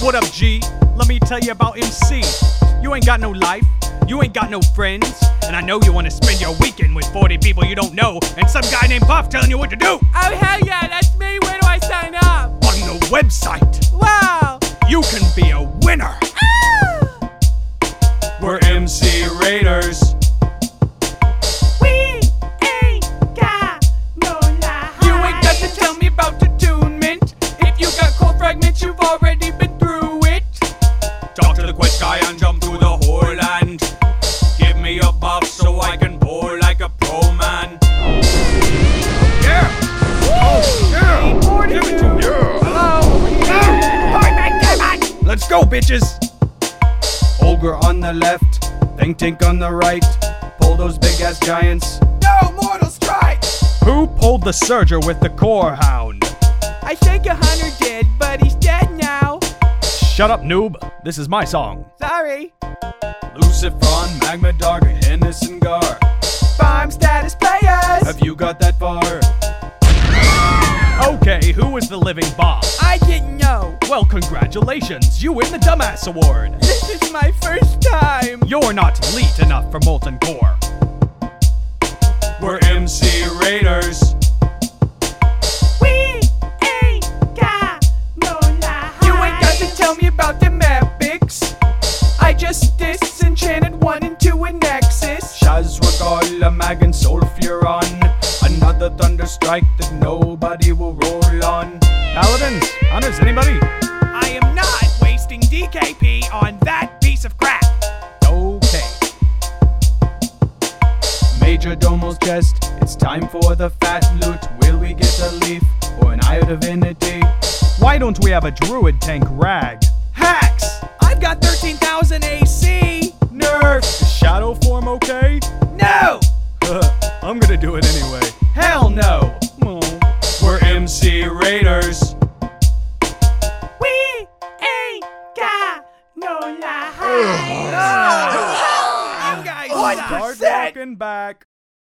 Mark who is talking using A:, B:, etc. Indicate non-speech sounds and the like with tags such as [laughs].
A: What up, G? Let me tell you about MC. You ain't got no life, you ain't got no friends, and I know you wanna spend your weekend with 40 people you don't know, and some guy named Puff telling you what to do.
B: Oh, hell yeah, that's me. Where do I sign up?
A: On the website,
B: Wow.
A: you can be a winner. We're MC Raiders.
B: We ain't got no life. You ain't got to tell me about attunement. If you got cold fragments, you've already been through it.
A: Talk to the quest guy and jump through the whole land. Give me a buff so I can bowl like a pro man. Yeah! Oh, yeah! Give it to me. Let's go, bitches!
C: Olger on the left, Think Tink on the right. Pull those big ass giants.
B: No mortal strike.
A: Who pulled the serger with the core hound?
B: I think a hunter did, but he's dead now.
A: Shut up, noob. This is my song.
B: Sorry.
C: Lucifron, Magmadark, Henderson Gar.
B: Farm status players.
C: Have you got that far?
A: Okay, who is the living boss?
B: I didn't know.
A: Well, congratulations, you win the Dumbass Award.
B: This is my first time.
A: You're not elite enough for Molten Core. We're MC Raiders.
B: We ain't got no life. You ain't got to tell me about the epics. I just disenchanted one into a nexus.
C: Shaz Regal, a Mag and Solfuron. Another Thunderstrike that nobody will roll on.
A: Paladins, hunters, anybody?
B: I am not wasting DKP on that piece of crap.
A: Okay.
C: Major Domo's chest, it's time for the fat loot. Will we get a leaf or an eye of divinity?
A: Why don't we have a druid tank rag?
B: Hacks! I've got 13,000 AC.
A: Nerf! Is shadow form okay?
B: No!
A: [laughs] I'm gonna do it anyway.
C: Hell no!
A: We're MC Raiders.
B: We ain't got no life. No! You guys
A: Start
B: suck.
A: walking back.